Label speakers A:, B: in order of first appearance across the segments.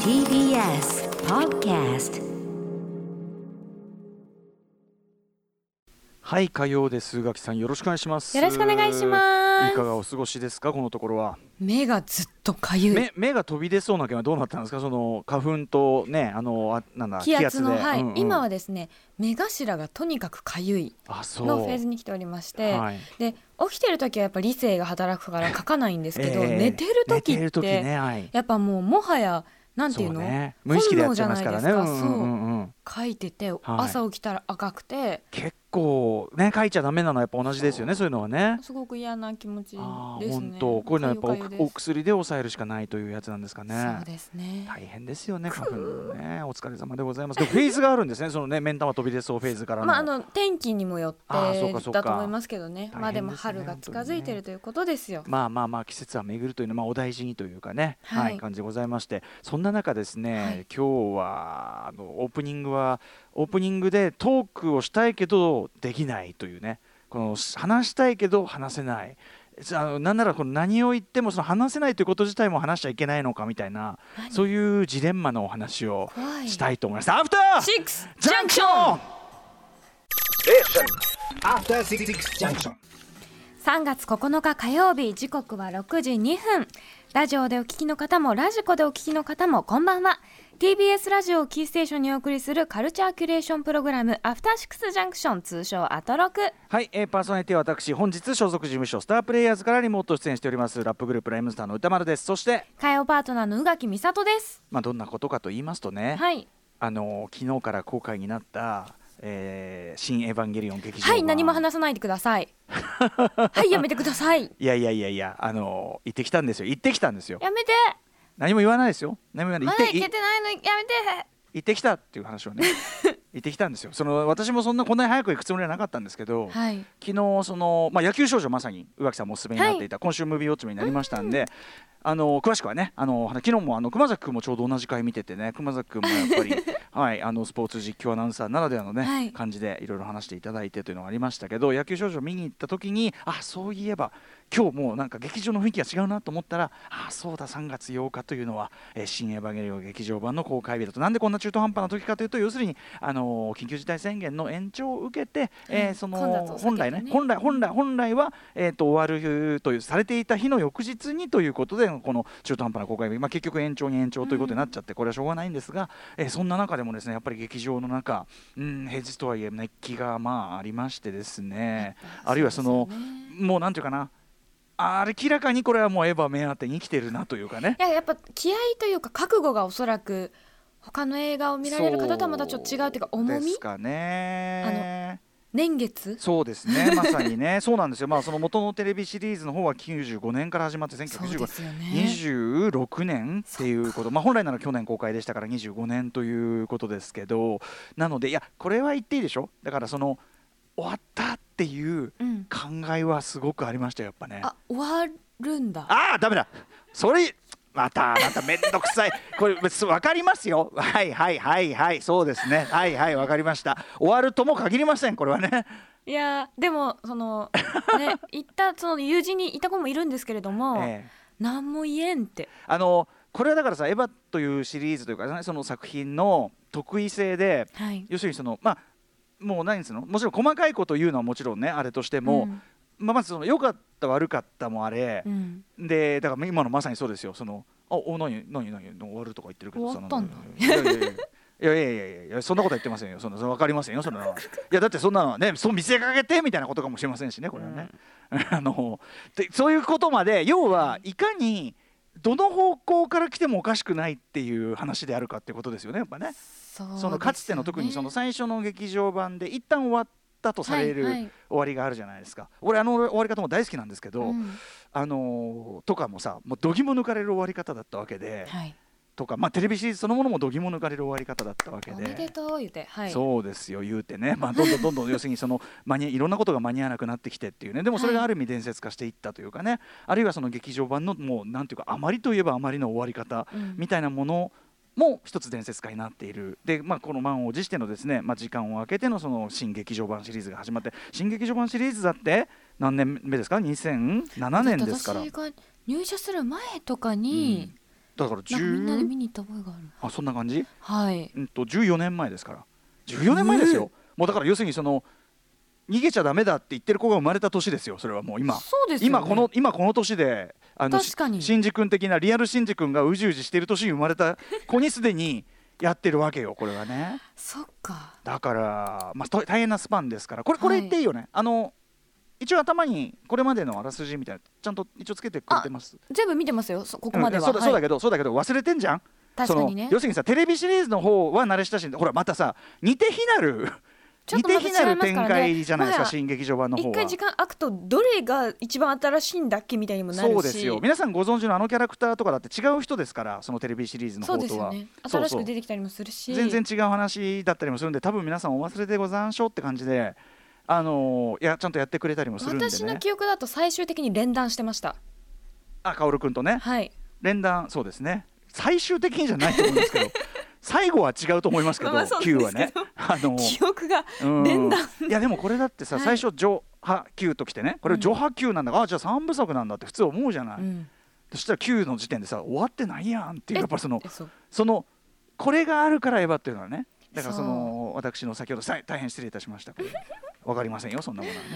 A: TBS Podcast
B: はい火曜です垣さんよろしくお願いします
C: よろしくお願いします
B: いかがお過ごしですかこのところは
C: 目がずっとかゆい
B: 目目が飛び出そうな件はどうなったんですかその花粉とねあのあなんだ
C: 気圧の
B: で
C: はい、
B: うんうん
C: 今はですね目頭がとにかくかゆい
B: あそう
C: のフェーズに来ておりまして、
B: はい
C: で起きてる時はやっぱ理性が働くから書かないんですけど、
B: ええ
C: 寝てる時
B: 寝て
C: っ
B: る
C: て
B: 時ねはい
C: やっぱもうもはやなんていうの
B: そうね無意識でやっちゃいますからね
C: 本能じゃないですか
B: うんうんうんうん
C: 書いてて朝起きたら赤くて
B: 結構ね書いちゃダメなのはやっぱ同じですよねそういうのはね
C: すごく嫌な気持ち
B: あ
C: です
B: 本
C: ね
B: 当こういうのはやっぱ
C: か
B: お
C: ゆかゆ
B: お
C: です
B: 薬で抑えるしかないというやつなんですかね
C: そうですね
B: 大変ですよね花粉ねお疲れ様でございますでもフェーズがあるんで すねそのね目ん玉飛び出そうフェーズからの
C: まあ、あの天気にもよって
B: あーそうかそうか
C: だと思いますけどねまあでも
B: 大変ですね
C: 春が近づいてるということですよ、
B: まあまあまあ季節は巡るというのはまあお大事にというかね、は
C: はいい
B: 感じでございましてそんな中ですね、
C: はい
B: 今日はあのオープニングはオープニングでトークをしたいけどできないというねこのし話したいけど話せない。あのなんならこの何を言ってもその話せないということ自体も話しちゃいけないのかみたいな
C: 何
B: そういうジレンマのお話を
C: 怖い
B: したいと思います。アフター
C: シックス
B: ジ
C: ジ
B: ャ
C: ャ
B: ン
C: ン
B: ク
C: ク
B: シ
C: シ
B: ョ
C: ョ
B: ン
C: ン
D: After Six Junction.
C: 3月9日火曜日時刻は6時2分ラジオでお聞きの方もラジコでお聞きの方もこんばんは TBS ラジオをキーステーションにお送りするカルチャーキュレーションプログラムアフターシックスジャンクション通称アトロク
B: はい、えーパーソナリティは私本日所属事務所スタープレイヤーズからリモート出演しておりますラップグループライムスターの歌丸ですそして
C: 火曜パートナーの宇垣美里です
B: まあ、どんなことかと言いますとね、
C: はい
B: あの昨日から公開になった、えー新エヴァンゲリオン劇場
C: はい何も話さないでくだ さいはいやめてください
B: いやいやいやいやあの行ってきたんですよ行ってきたんですよ
C: やめて
B: 何も言わないですよ何も言わな
C: まだ
B: い行っ
C: い
B: て
C: けてないのやめて
B: 行ってきたっていう話を ね行ってきたんですよその私もそんなこんなに早く行くつもりはなかったんですけど、
C: はい
B: 昨日その、まあ、野球少女まさに宇垣さんもおすすめになっていた、今週ムービーウォッチメンになりましたんで、あの詳しくはねあの昨日もあの熊崎君もちょうど同じ回見ててね熊崎君もやっぱ り、はい、あのスポーツ実況アナウンサーならではのね、
C: はい
B: 感じでいろいろ話していただいてというのがありましたけど野球少女見に行った時にあそういえば今日もうなんか劇場の雰囲気が違うなと思ったらあそうだ3月8日というのは「えー新エヴァンゲリオン」劇場版の公開日だとなんでこんな中途半端な時かというと要するに、あの緊急事態宣言の延長を受けて、えーそ
C: 混雑
B: の
C: を避けてね
B: 本来ね本来本来本来は、えー、と終わるというされていた日の翌日にということでこの中途半端な公開日、まあ、結局延長に延長ということになっちゃって、これはしょうがないんですが、えーそんな中でもですねやっぱり劇場の中、うん、平日とはいえ熱気がまあありましてですねあるいはその
C: そうですよね
B: もうなんていうかなあ明らかにこれはもうエヴァ目当てに来てるなというかね
C: い。ややっぱ気合というか覚悟がおそらく他の映画を見られる方とはまたちょっと違うというか重
B: そで
C: み
B: すかね
C: 年月
B: そうですね、まさにね、そうなんですよ、まあ、その元のテレビシリーズの方は95年から始まって、
C: そうで
B: 1995
C: すよね
B: 26年っていうこと、まあ、本来なら去年公開でしたから25年ということですけど、なので、いや、これは言っていいでしょ、だからその終わったっていう
C: うん
B: 考えはすごくありましたよ、やっぱね。
C: あ終わるんだ
B: ああダメだそれまたまためんどくさいこれ別に分かりますよはいはいはいはいそうですねはいはい分かりました終わるとも限りませんこれはね
C: いやーでもそ のね行ったその友人にいた子もいるんですけれども、
B: ええ
C: 何も言えんって
B: あのこれはだからさ「エヴァ」というシリーズというか、ね、その作品の得意性で
C: はい
B: 要するにそのまあもう何ですのもちろん細かいこと言うのはもちろんねあれとしても、
C: うん
B: まあ、まずその良かった悪かったもあれ
C: う、ん
B: でだから今のまさにそうですよその「あお何何何終わる」とか言ってるけど
C: 終わったんだ
B: そのいやいやいやいやいやいやいやいやそんなことは言ってませんよそんなそれ分かりませんよそんなのいやだってそんなのはねそう見せかけてみたいなことかもしれませんしねこれはね、 あのでそういうことまで要はいかにどの方向から来てもおかしくないっていう話であるかってことですよねやっぱね
C: そう
B: そのかつての特にその最初の劇場版で一旦終わったとされる
C: はいはい
B: 終わりがあるじゃないですか俺あの終わり方も大好きなんですけど、
C: うん
B: あのーとかもさもう度肝抜かれる終わり方だったわけで、
C: はい
B: とか、まあ、テレビシリーズそのものも度肝抜かれる終わり方だったわけ
C: お
B: で。
C: めでとう言ってはい
B: そうですよ言うてね、まあ、どんどんど んどん要するにその間にいろんなことが間に合わなくなってきてっていうねでもそれがある意味伝説化していったというかね、あるいはその劇場版のもうなんていうかあまりといえばあまりの終わり方
C: うん
B: みたいなものも一つ伝説化になっているで、まあ、この満を持してのですね、まあ、時間を空けてのその新劇場版シリーズが始まって新劇場版シリーズだって何年目ですか2007年ですから
C: 私。が入社する前とかに、
B: だから
E: なんかみんなで
B: 10
E: 見に行った覚えがある。
B: あそんな感じ
E: はい。
B: うんと14年前ですから14年前ですよ、もうだから要するにその逃げちゃダメだって言ってる子が生まれた年ですよそれはもう今
E: そうですよね
B: 今この今この年であのし
E: 確かに
B: シンジ君的なリアルシンジ君がうじうじしている年に生まれた子にすでにやってるわけよこれはね
E: そっか。
B: だから、まあ、と大変なスパンですからこれこれ
E: はい
B: 言っていいよね、あの一応頭にこれまでのあらすじみたいなちゃんと一応つけてくれてます
E: 全部見てますよ。そここまでは。
B: うんそうだそうだ
E: け
B: けど、そうだけど忘れてんじゃん
E: 確かにね
B: その要するにさテレビシリーズの方は慣れ親しんでほらまたさ似て非なる
E: ちょっ
B: 似
E: とまた
B: て
E: 違い
B: 非な
E: ま
B: る
E: す
B: 展
E: からね
B: 開じゃないです
E: も
B: か
E: はや
B: 新劇場版の方
C: 一
B: は
C: 回時間空くとどれが一番新しいんだっけみたいにもなるし
B: そうですよ皆さんご存知のあのキャラクターとかだって違う人ですからそのテレビシリーズの
C: そ
B: 方
C: うです
B: と
C: よ
B: は
C: ね
B: そう
C: 新し
B: そう
C: く出てきたりもするし
B: 全然違う話だったりもするんで多分皆さんお忘れでござんしょうって感じであのーいやちゃんとやってくれたりもするんで
C: 私の
B: ね
C: 記憶だと最終的に連弾してました
B: あ薫君とね
C: はい
B: 連弾そうですね最終的にじゃないと思うんですけ ど最後は違うと思いますけど、
C: まあそうなん
B: 9
C: で
B: は
C: すけ
B: ね
C: ど
B: あのー
C: 記憶が
B: うん
C: 連弾
B: いやでもこれだってさ、
C: はい
B: 最初上波級ときてねこれ上波級なんだから、あじゃあ3部作なんだって普通思うじゃない、
C: うん
B: そしたら9の時点でさ終わってないやんっていう
C: え
B: やっぱその
C: えそう
B: そのこれがあるからエヴァっていうのはねだから
C: そ
B: そうの私の先ほどさい大変失礼いたしましたこれわかりませんよそんなものはね、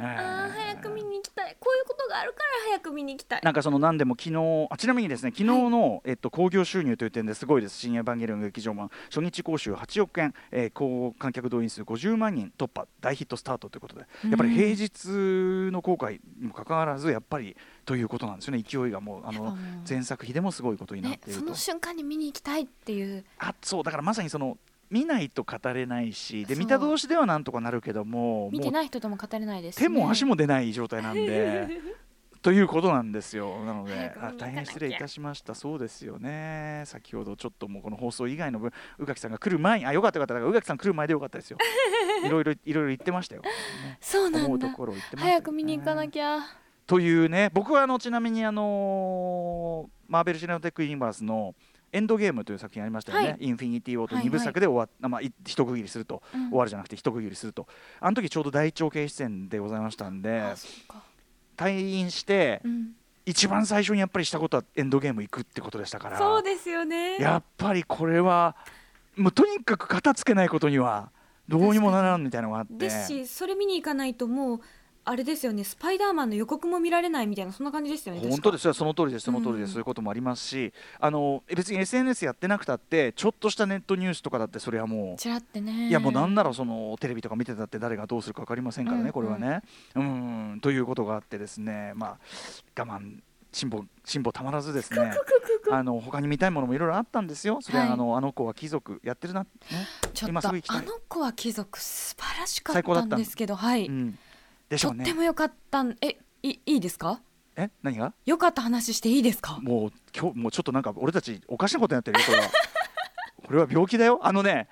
B: えー
C: あー早く見に行きたいこういうことがあるから早く見に行きたい
B: なんかその何でも昨日あちなみにですね昨日の、えっと興行収入という点ですごいです「新エヴァンゲリオン劇場版」初日興収8億円、えー、高観客動員数50万人突破大ヒットスタートということでやっぱり平日の公開にもかかわらずやっぱりということなんですよね勢いがもう
C: や
B: あ
C: っ
B: の
C: ぱもう
B: 前作比でもすごいことになっ
C: ね
B: ている
C: そ
B: と、
C: の瞬間に見に行きたいっていう
B: あそうだからまさにその見ないと語れないしで
C: そう
B: 見た同士ではなんとかなるけども
C: 見て
B: もう
C: ない人とも語れないですしね
B: 手 も足も出ない状態なんで。ということなんですよ。なので
C: 早、く見
B: あ
C: に行かなきゃ
B: 大変失礼いたしました。そうですよね。先ほどちょっともうこの放送以外の分、宇垣さんが来る前に、あ、よかったよかった。だから宇垣さん来る前でよかったで すよ。いろいろいろいろ言ってましたよ。ね
C: そうなん
B: 思うと
C: だ
B: ころ言ってましたよね
C: 早く見に行かなきゃ
B: というね僕はあのちなみにあのーマーベル・シネマテック・ユニバースの「エンドゲーム」という作品ありましたよね、
C: はい
B: インフィニティ・ウォーと
C: はいはい
B: 2部作で終わっ、あまあ、い一区切りすると、
C: うん
B: 終わるじゃなくて一区切りするとあの時ちょうど第一長警視戦でございましたんで
C: あそっか
B: 退院して
C: うん
B: 一番最初にやっぱりしたことはエンドゲーム行くってことでしたから
C: そうですよね
B: やっぱりこれはもうとにかく片付けないことにはどうにもならんみたいなのがあって。
C: ですしそれ見に行かないともうあれですよねスパイダーマンの予告も見られないみたいなそんな感じですよね
B: 本当ですすよその通りですその通りです、
C: うん
B: そういうこともありますしあのえ別に SNS やってなくたってちょっとしたネットニュースとかだってそれはもう、
C: ちらってね
B: いやもうなんならそのテレビとか見てたって誰がどうするか分かりませんからね、
C: うんうん
B: これはねうんうんということがあってですねまあ我慢辛抱辛抱たまらずです ねあの他に見たいものもいろいろあったんですよそれは
C: はい
B: あの、あの子は貴族やってるな、ね
C: ちょ
B: 今
C: っ
B: す
C: と
B: ぐ行きたい
C: あの子は貴族素晴らしか
B: 最高だ
C: っ
B: ったた
C: んですけどはい、
B: うん、でし
C: と
B: ょ
C: っ
B: う
C: て
B: ね
C: も良かったんえいいいですか
B: え何が
C: 良かった話していいですか
B: もう今日もうちょっとなんか俺たちおかしなことになってるよこれは これは病気だよあのね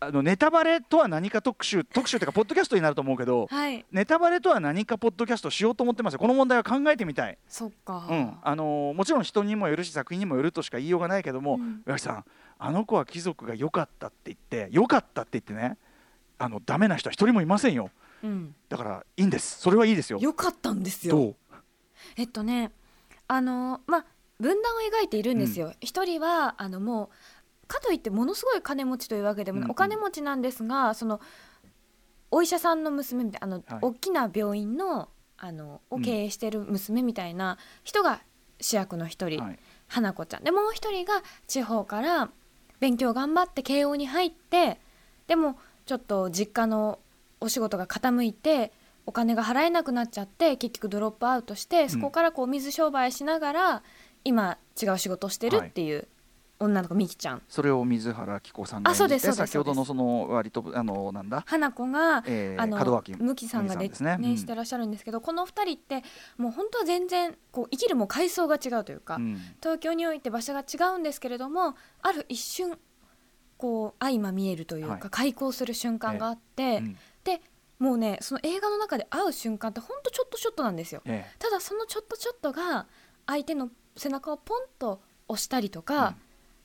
B: あのネタバレとは何か特集特集っていうかポッドキャストになると思うけど
C: はい
B: ネタバレとは何かポッドキャストしようと思ってますよこの問題は考えてみたい、
C: そっか、
B: うんあのーもちろん人にもよるし作品にもよるとしか言いようがないけども
C: うん
B: 岩木、さんあの子は貴族が良かったって言って良かったって言ってねあのダメな人は一人もいませんよ
C: うん
B: だからいいんですそれはいいですよ
C: 良かったんですよ
B: どう
C: えっとねあのまあ分断を描いているんですよ。一、人はあのもうかといってものすごい金持ちというわけでもない、
B: うんうん
C: お金持ちなんですがそのお医者さんの娘みたいなあの、
B: はい
C: 大きな病院のあのを経営してる娘みたいな人が主役の一人、
B: はい
C: 花子ちゃんでもう一人が地方から勉強頑張って慶応に入ってでもちょっと実家のお仕事が傾いてお金が払えなくなっちゃって結局ドロップアウトしてそこからこう水商売しながら、今違う仕事をしてるっていう女の子みきちゃん
B: それを水原希子さんが
C: あそうです
B: 演じ
C: そう
B: て
C: です
B: 先ほどのその割とあのなんだ
C: 花子が、
B: えー
C: あの
B: 門脇
C: 向きさんが
B: 麦
C: で
B: ですねうん
C: してらっしゃるんですけどこの二人ってもう本当は全然こう生きるも階層が違うというか、
B: うん
C: 東京において場所が違うんですけれどもある一瞬こう相ま見えるというか、
B: はい
C: 開口する瞬間があって、
B: うん
C: でもうねその映画の中で会う瞬間ってほんとちょっとちょっとなんですよ
B: え
C: ただそのちょっとちょっとが相手の背中をポンと押したりとか、
B: うん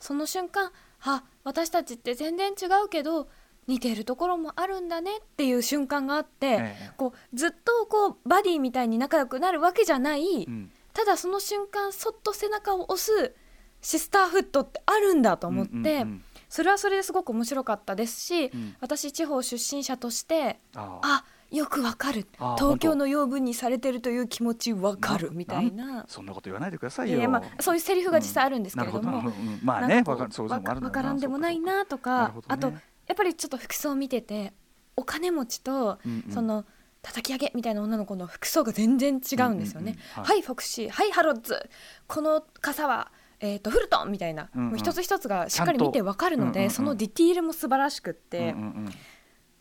C: その瞬間あ私たちって全然違うけど似てるところもあるんだねっていう瞬間があって、
B: えええ
C: こうずっとこうバディみたいに仲良くなるわけじゃない、
B: うん
C: ただその瞬間そっと背中を押すシスターフットってあるんだと
B: と
C: 思って、それはそれですごく面白かったですし、私地方出身者として
B: ああ
C: あよくわかる
B: あ
C: 東京の養分にされてるという気持ちわかる
B: な
C: みたいな
B: そんなこと言わないでください
C: い
B: よ。
C: やいやまあ、そういうセリフが実際あるんですけ
B: な
C: れ
B: るほ
C: ど
B: どなる
C: も、
B: ほどうんまあ
C: な
B: ね
C: んか
B: わ
C: こ
B: か
C: う
B: そういうのもあるんだ
C: わからんでもないなと
B: な
C: か
B: るほど
C: あ
B: ね
C: とやっぱりちょっと服装を見ててお金持ちとその叩き上げみたいな女の子の服装が全然違うんですよね。
B: うんうんうん
C: はい、フォクシーはいハロッズこの傘は、えー、とフルトンみたいな、
B: うんうん
C: もう一つ一つがしっかり見てわかるので、
B: ちゃんと
C: そ
B: うんうんう
C: の
B: ん
C: ディティールも素晴らしくって、
B: うんうんうん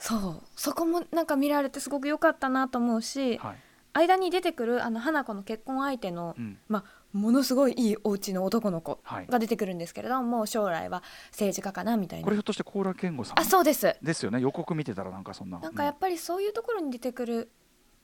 C: そうそこもなんか見られてすごく良かったなと思うし、
B: はい
C: 間に出てくるあの花子の結婚相手の、
B: うん
C: まあ、ものすごいいいお家の男の子
B: はい
C: が出てくるんですけれども、将来は政治家かなみたい
B: こ
C: な
B: れひょっとして高良健吾さん
C: あそうです
B: ですよね予告見てたらなんかそんな
C: なんかやっぱりそういうところに出てくる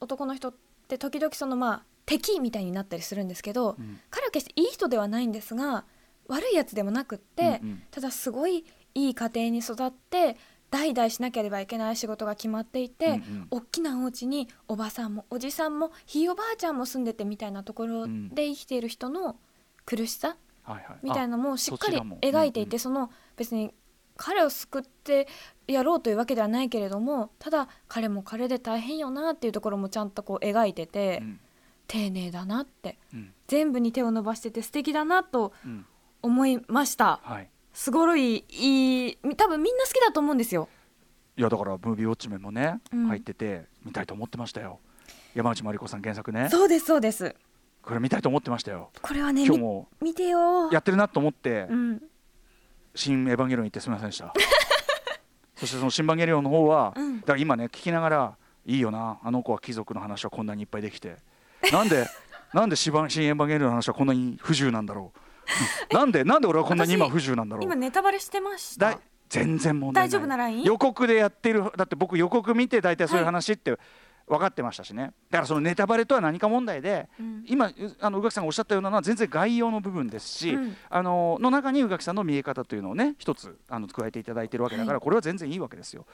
C: 男の人って時々そのまあ敵みたいになったりするんですけど、
B: うん
C: 彼は決していい人ではないんですが悪いやつでもなくって、
B: うんうん
C: ただすごいいい家庭に育って代々しなければいけない仕事が決まっていて、
B: うんうん
C: 大きなお家におばさんもおじさんもひいおばあちゃんも住んでてみたいなところで生きている人の苦しさ
B: はいはい
C: みたい
B: あ
C: なのもしっかり
B: そちらも
C: 描いていて、
B: うんうん
C: その別に彼を救ってやろうというわけではないけれどもただ彼も彼で大変よなっていうところもちゃんとこう描いてて、
B: うん
C: 丁寧だなって
B: うん
C: 全部に手を伸ばしてて素敵だなと
B: うん
C: 思いました
B: はい
C: すごろいいい多分みんな好きだと思うんですよ
B: いやだからムービーウォッチメンもね
C: うん
B: 入ってて見たいと思ってましたよ山内まりこさん原作ね
C: そうですそうです
B: これ見たいと思ってましたよ
C: これはね
B: 今日も
C: み見てよ
B: やってるなと思って
C: うん
B: 新エヴァンゲリオン行ってすみませんで したそしてその新エヴァンゲリオンの方は、
C: うん
B: だから今ね聞きながらいいよなあの子は貴族の話はこんなにいっぱいできてな んでなんで新エヴァンゲリオンの話はこんなに不自由なんだろうなんでなんで俺はこんなに今
C: 私
B: 不自由なんだろう
C: 今ネタバレしてました
B: だい全然問題ない
C: 大丈夫なライン
B: 予告でやってるだって僕予告見て大体そういう話って分かってましたしね、だからそのネタバレとは何か問題で、
C: うん
B: 今うあの宇垣さんがおっしゃったようなのは全然概要の部分ですし、
C: うん
B: あのの中に宇垣さんの見え方というのをね一つあの加えていただいてるわけだから、
C: は
B: これは全然いいわけですよ。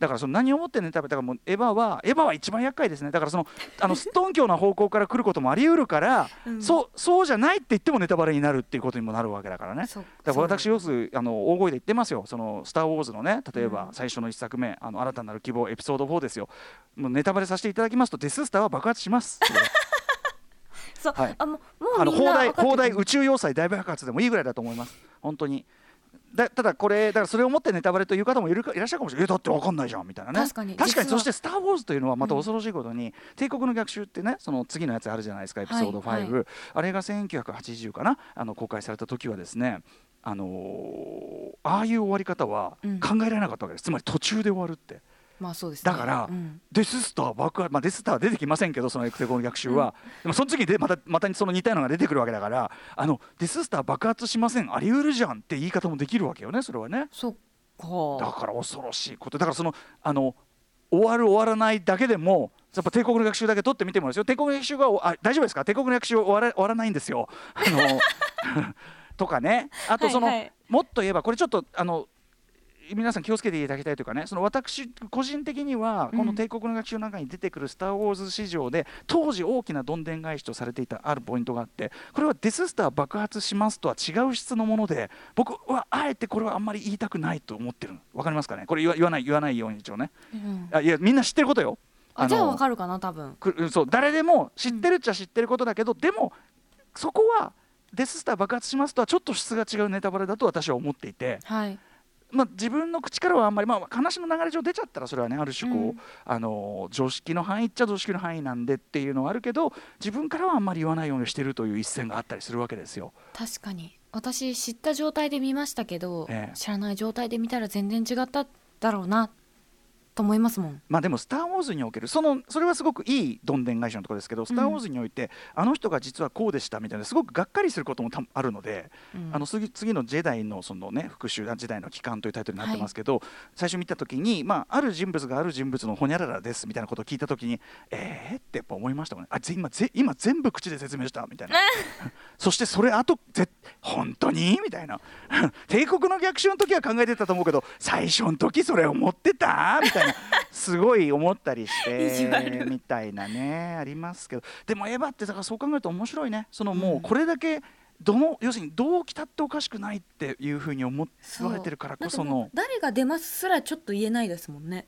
B: だからその何をもってネタバレだからもうエヴァはエヴァは一番厄介ですねだからその あのストン教な方向から来ることもあり得るから、
C: うん
B: そうそうじゃないって言ってもネタバレになるっていうことにもなるわけだからね。
C: そう
B: だから私
C: そう
B: よくあの大声で言ってますよ、そのスター・ウォーズのね、例え
C: う
B: ば
C: ん
B: 最初の1作目、あの新たなる希望、エピソード4ですよ、もうネタバレさせていただきますと、デススターは爆発します、
C: そう、
B: はい
C: あもうも
B: あ
C: う
B: の
C: みん
B: 砲
C: な
B: 台
C: 分かって
B: 砲台
C: く
B: 宇宙要塞大爆発でもいいぐらいだと思います、本当に。だただこれだからそれをもってネタバレという方もいるかいらっしゃるかもしれないえだってわかんないじゃんみたいなね
C: 確かに
B: 確かに
C: 実は
B: そして「スター・ウォーズ」というのはまた恐ろしいことに、帝国の逆襲ってねその次のやつあるじゃないですかエピソード5、
C: はいは
B: あれが1980かなあの公開された時はですねあのーああいう終わり方は
C: うん
B: 考えられなかったわけです、つまり途中で終わるって
C: まあそうですね
B: だから、
C: うん
B: デススター爆破、まあ、デススターは出てきませんけどそのエクセゴン逆襲は、でもその次にでまたまたその似たようなのが出てくるわけだからあのデススター爆発しませんあり得るじゃんって言い方もできるわけよねそれはね
C: そっ
B: だ
C: か
B: から恐ろしいことだからそのあの終わる終わらないだけでもやっぱ帝国の逆襲だけ取ってみてもらうんですよ帝国の逆襲があ大丈夫ですか帝国の逆襲終わら終わらないんですよ。あの とかねあとその、
C: はいはい
B: もっと言えばこれちょっとあの皆さん気をつけていただきたいというかねその私個人的にはこの帝国の学習の中に出てくる「スター・ウォーズ」史上で当時大きなどんでん返しとされていたあるポイントがあってこれは「デス・スター爆発します」とは違う質のもので僕はあえてこれはあんまり言いたくないと思ってるのわかりますかねこれ言わ言わない言わないように一応ね
C: うん
B: あいやみんな知ってることよ
C: あ
B: の
C: じゃあわかるかな多分
B: くそう誰でも知ってるっちゃ知ってることだけど、でもそこは「デス・スター爆発します」とはちょっと質が違うネタバレだと私は思っていて。
C: はい
B: まあ、自分の口からはあんまり、まあ、話の流れ上出ちゃったらそれはねある種こう、
C: うん
B: あの常識の範囲っちゃ常識の範囲なんでっていうのはあるけど自分からはあんまり言わないようにしてるという一線があったりするわけですよ。
C: 確かに私知った状態で見ましたけど、
B: ええ
C: 知らない状態で見たら全然違っただろうなと思いますもん
B: まあ、でも「スター・ウォーズ」におけるそのそれはすごくいいどんでん返しのところですけど「スター・ウォーズ」において、あの人が実はこうでしたみたいなすごくがっかりすることもたあるので、
C: うん
B: あの次次の「ジェダイの」その、ね、復讐あジェダイの帰還というタイトルになってますけど、最初見た時に、まあ、ある人物がある人物のほにゃららですみたいなことを聞いた時にえーってやっぱ思いましたもんねあぜ今ぜ今全部口で説明したみたいなそしてそれあとぜ本当にみたいな 帝国の逆襲の時は考えてたと思うけど最初の時それ思ってたみたいなすごい思ったりして
C: 意地悪
B: みたいなねありますけどでもエヴァってだからそう考えると面白いねそのもうこれだけどの要するにどう来たっておかしくないっていうふうに思
F: そう
B: 言われてるからこそ
F: だっても
B: の
F: う誰が出ますすらちょっと言えないですもんね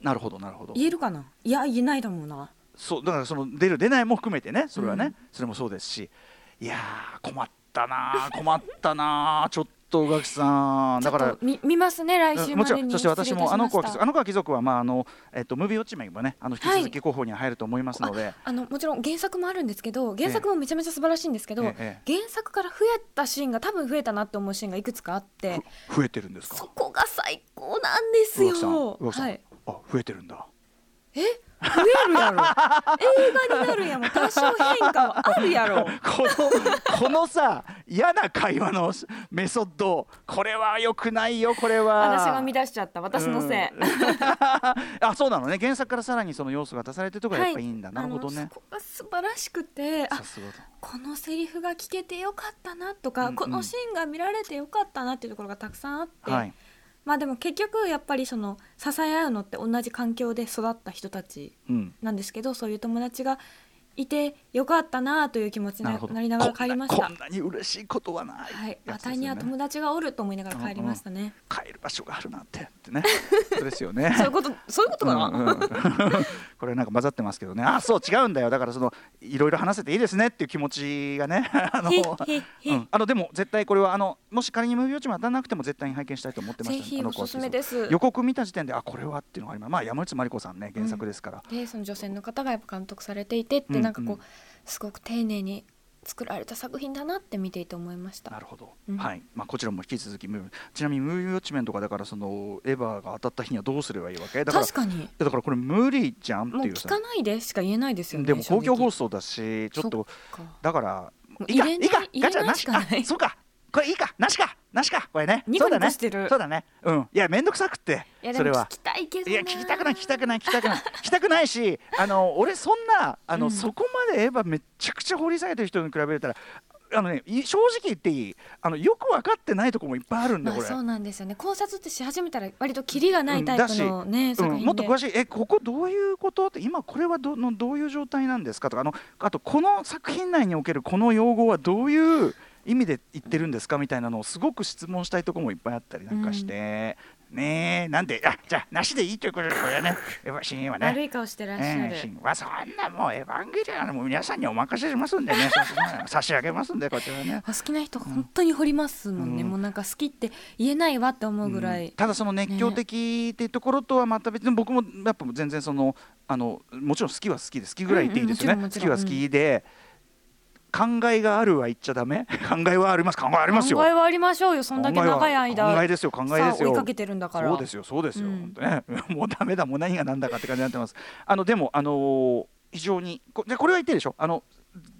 B: なるほどなるほど
F: 言えるかないや言えないだもんな
B: そうだからその出る出ないも含めてねそれはね、
F: うん
B: それもそうですしいやー困ったなー困ったなーちょっと宇垣さんだから
C: ちょっと見見ますね来週
B: うん
C: ま
B: もち
C: で
B: ろん
C: に
B: そして私
C: 失礼いたしま
B: もあの
C: し
B: 子は
C: た
B: 貴族あの子は貴族はまああのえっとムービーウォッチメンもねあの引き続
C: は
B: き候補に入ると思いますので、
C: あのもちろん原作もあるんですけど原作もめちゃめちゃ素晴らしいんですけど、
B: ええ
C: 原作から増えたシーンが多分増えたなって思うシーンがいくつかあって
B: ふ増えてるんです
C: そ
B: か
C: こが最高なんです
B: 宇垣さん
C: よ
B: 宇。垣さん、
C: はい、
B: あ増えてるんだ
C: 増えるやろ
F: 映画になるやもん多少変化はあるやろ
B: このこのさ嫌な会話のメソッドこれは良くないよこれは
F: 私が乱しちゃった私のせい、
B: うん あそうなのね原作からさらにその要素が出されてるとこがやっぱいいんだ、なるほど
F: あの
B: ね
F: そこが素晴らしくてあ
B: さすがだ
F: このセリフが聞けてよかったなとか、
B: うんうん
F: このシーンが見られてよかったなっていうところがたくさんあって、
B: はい
F: まあでも結局やっぱりその支え合うのって同じ環境で育った人たち
B: うん
F: なんですけどそういう友達がいてよかったなという気持ちに
B: なる
F: な
B: ほど
F: なりながら帰りまし
B: こ
F: た
B: ん。なこんなに嬉しいことはない、
F: はい、
B: や
F: あ
B: つですよ
F: た
B: ね
F: いには友達がおると思いながら帰りましたね。
B: 帰る場所があるなんてっ てねそうですよね
C: そういうことそういうことかな。
B: うんうん これなんか混ざってますけどねあそう違うんだよだからそのいろいろ話せていいですねっていう気持ちがね あの
F: へへへ
B: うんあのでも絶対これはあのもし仮に無病地も当たらなくても絶対に拝見したいと思ってました
C: ぜ
B: ね
C: ひ
B: あの
C: お
B: 子は
C: すすめです。
B: 予告見た時点であこれはっていうのがありますまあ山内まりこさんね原作ですから、
C: でその女性の方がやっぱ監督されていてっ
B: う
C: て
B: ん
C: なんかこう、
B: うん
C: すごく丁寧に作られた作品だなって見ていて思いました。
B: なるほど、
C: うん
B: はい、まあ、こちらも引き続きムービーちなみにムービーウォッチメンとかだからそのエヴァが当たった日にはどうすればいいわけだから
C: 確かに
B: だからこれ無理じゃんっ
C: も
B: て
C: う
B: いう
C: 聞
B: さ
C: かないでしか言えないですよね。
B: でも公共
C: 送
B: 放送だしちょっと
C: か
B: だから
C: もう
B: いいかい
C: 入れない
B: いか
C: 入れな
B: ガ
C: い
B: チャなし
C: しか
B: か
C: ない
B: そうかこれいいかなしかなしかこれね
F: ニ
B: そ
F: コ
B: うだ
F: ニコ
B: ね
F: してる
B: そうだねうんいやめんどくさくって
C: いやで
B: それ
C: も
B: は
C: 聞きたいけど
B: いや聞きたくない聞きた
C: く
B: くない聞きた くない聞きたくないしあの俺そんなあの、そこまでエヴァめちゃくちゃ掘り下げてる人に比べたらあのねい正直言っていいあのよく分かってないとこもいっぱいあるんだ
C: ま
B: こ
C: あ
B: れ。
C: そうなんですよね。考察ってし始めたら割とキリがないタイプのね、
B: う
C: 作品
B: ん、
C: で。
B: もっと詳しい、え、ここどういうことって、今これはどのどういう状態なんですかとか、あの、あとこの作品内におけるこの用語はどういう意味で言ってるんですかみたいなのをすごく質問したいところもいっぱいあったりなんかして、ねえ、なんで、あ、じゃあなしでいいということでこれはね、エヴァシーンは
F: 悪
B: ね。
F: い顔してらっしゃ
B: え
F: る
B: え、シーンはそんなもうエヴァンゲリオンの皆さんにお任せしますんで ね、差し差し上げますんでこちらね。
C: お好きな人本当に掘りますもんね、
B: うん
C: もうなんか好きって言えないわって思うぐらい、
B: うんただその熱狂的っていうところとはまた別に僕もやっぱ全然そのあのもちろん好きは好きで好きぐらい言っていいですよね、
C: うんうんも
B: 好
C: ち
B: き
C: ろん
B: は
C: もちろん
B: 好きで、考えがあるは言っちゃダメ 考えはあります考えありますよ
C: 考えはありましょうよそんだけ長い
B: 考えは考
C: 間
B: えですよ考えです
C: さあ
B: よ
C: 追いかけてるんだから
B: そうですよそうですよ、
C: うん
B: 本当ね もうダメだもう何が何だかって感じになってますあのでもあのー非常にこでこれは言ってるでしょあの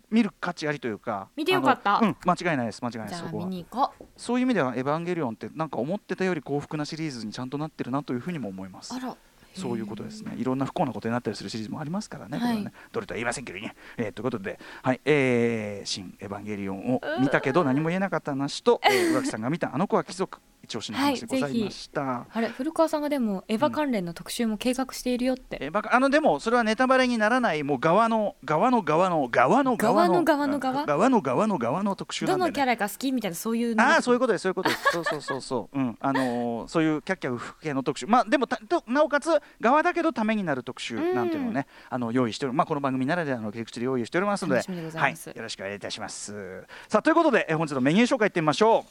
B: 見る価値ありというか
F: 見てよかった
B: あのうん間違いないです間違いないで
C: じ
B: す
C: ゃ
B: そ
C: あ
B: こは
C: 見に行こう
B: そういう意味では「エヴァンゲリオン」ってなんか思ってたより幸福なシリーズにちゃんとなってるなというふうにも思います
C: あ。ら
B: そういうことですね。いろんな不幸なことになったりするシリーズもありますからね。これはねどれとは言いませんけどね。えーということで、はい、えー新エヴァンゲリオンを見たけど何も言えなかった話と、えー、宇垣さんが見たあの子は貴族一押しの話でございました。
C: あれ古川さんがでもエヴァ関連の特集も計画しているよって、
B: えーばかあのでもそれはネタバレにならないもう側の側の側の側の側の
C: 側の側の側
B: うん側の側の側の特集な
F: ど
B: んで、ね、
F: のキャラが好きみたいなそういうの
B: ああそういうことですそういうことですそうそうそうそううんあのーそういうキャッキャウフ系の特集まあでもたとなおかつ側だけどためになる特集なんていうのをね、あの用意しておりまあこの番組ならではの切り口で用意しておりますので
C: 楽しみでございます
B: はい、よろしくお願いいたしますさあということでえー本日のメニュー紹介いってみましょ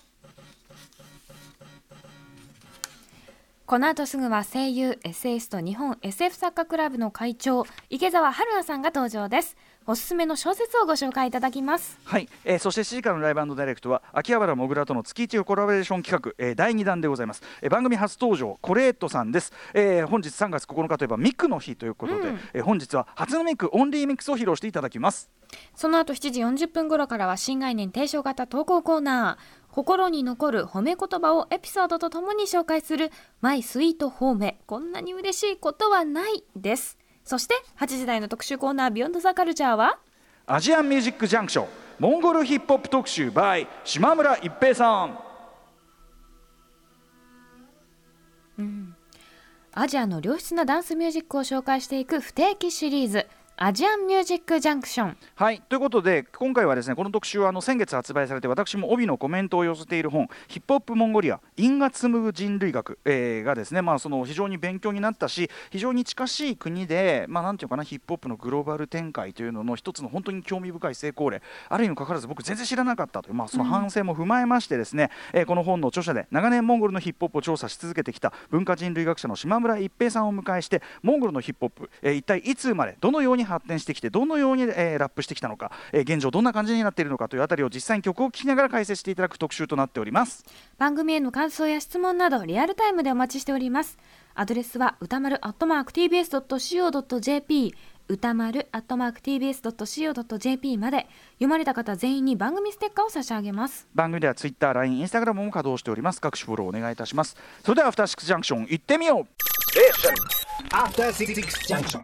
E: この後すぐは声優エッセイスト日本 SF 作家クラブの会長池澤春菜さんが登場ですおすすめの小説をご紹介いただきます
B: うはい、えーそして7時からのライブダイレクトは秋葉原もぐらとの月一コラボレーション企画、えー第2弾でございます、えー番組初登場コレートさんです、えー本日3月9日といえばミックの日ということで、えー本日は初のミックオンリーミックスを披露していただきます
C: その後7時40分頃からは新概念提唱型投稿コーナー心に残る褒め言葉をエピソードとともに紹介する「マイスイート褒めこんなに嬉しいことはない」ですそして8時台の特集コーナー「ビヨンドザカルチャーは
B: アジアンミュージックジャンクションモンゴルヒップホップ特集 by 島村一平さん
C: アジアの良質なダンスミュージックを紹介していく不定期シリーズアジアンミュージックジャンクション
B: はいということで今回はですねこの特集はあの先月発売されて私も帯のコメントを寄せている本「ヒップホップモンゴリア因果紡ぐ人類学」えーがですね、まあ、その非常に勉強になったし非常に近しい国で、まあ、なんていうかなヒップホップのグローバル展開というのの一つの本当に興味深い成功例あるにもかかわらず僕全然知らなかったという、まあ、その反省も踏まえましてですね、えーこの本の著者で長年モンゴルのヒップホップを調査し続けてきた文化人類学者の島村一平さんを迎えしてモンゴルのヒップホップ、えー一体いつ生まれどのように発展してきてどのように、えーラップしてきたのか、えー現状どんな感じになっているのかというあたりを実際に曲を聴きながら解説していただく特集となっております。
C: 番組への感想や質問などリアルタイムでお待ちしておりますアドレスは歌丸 @tbs.co.jp 歌丸 @tbs.co.jp まで読まれた方全員に番組ステッカーを差し上げます
B: 番組では Twitter、LINE、Instagram も稼働しております。各種フォローお願いいたします。それではアフターシックスジャンクション行ってみよう
G: After Six Junction.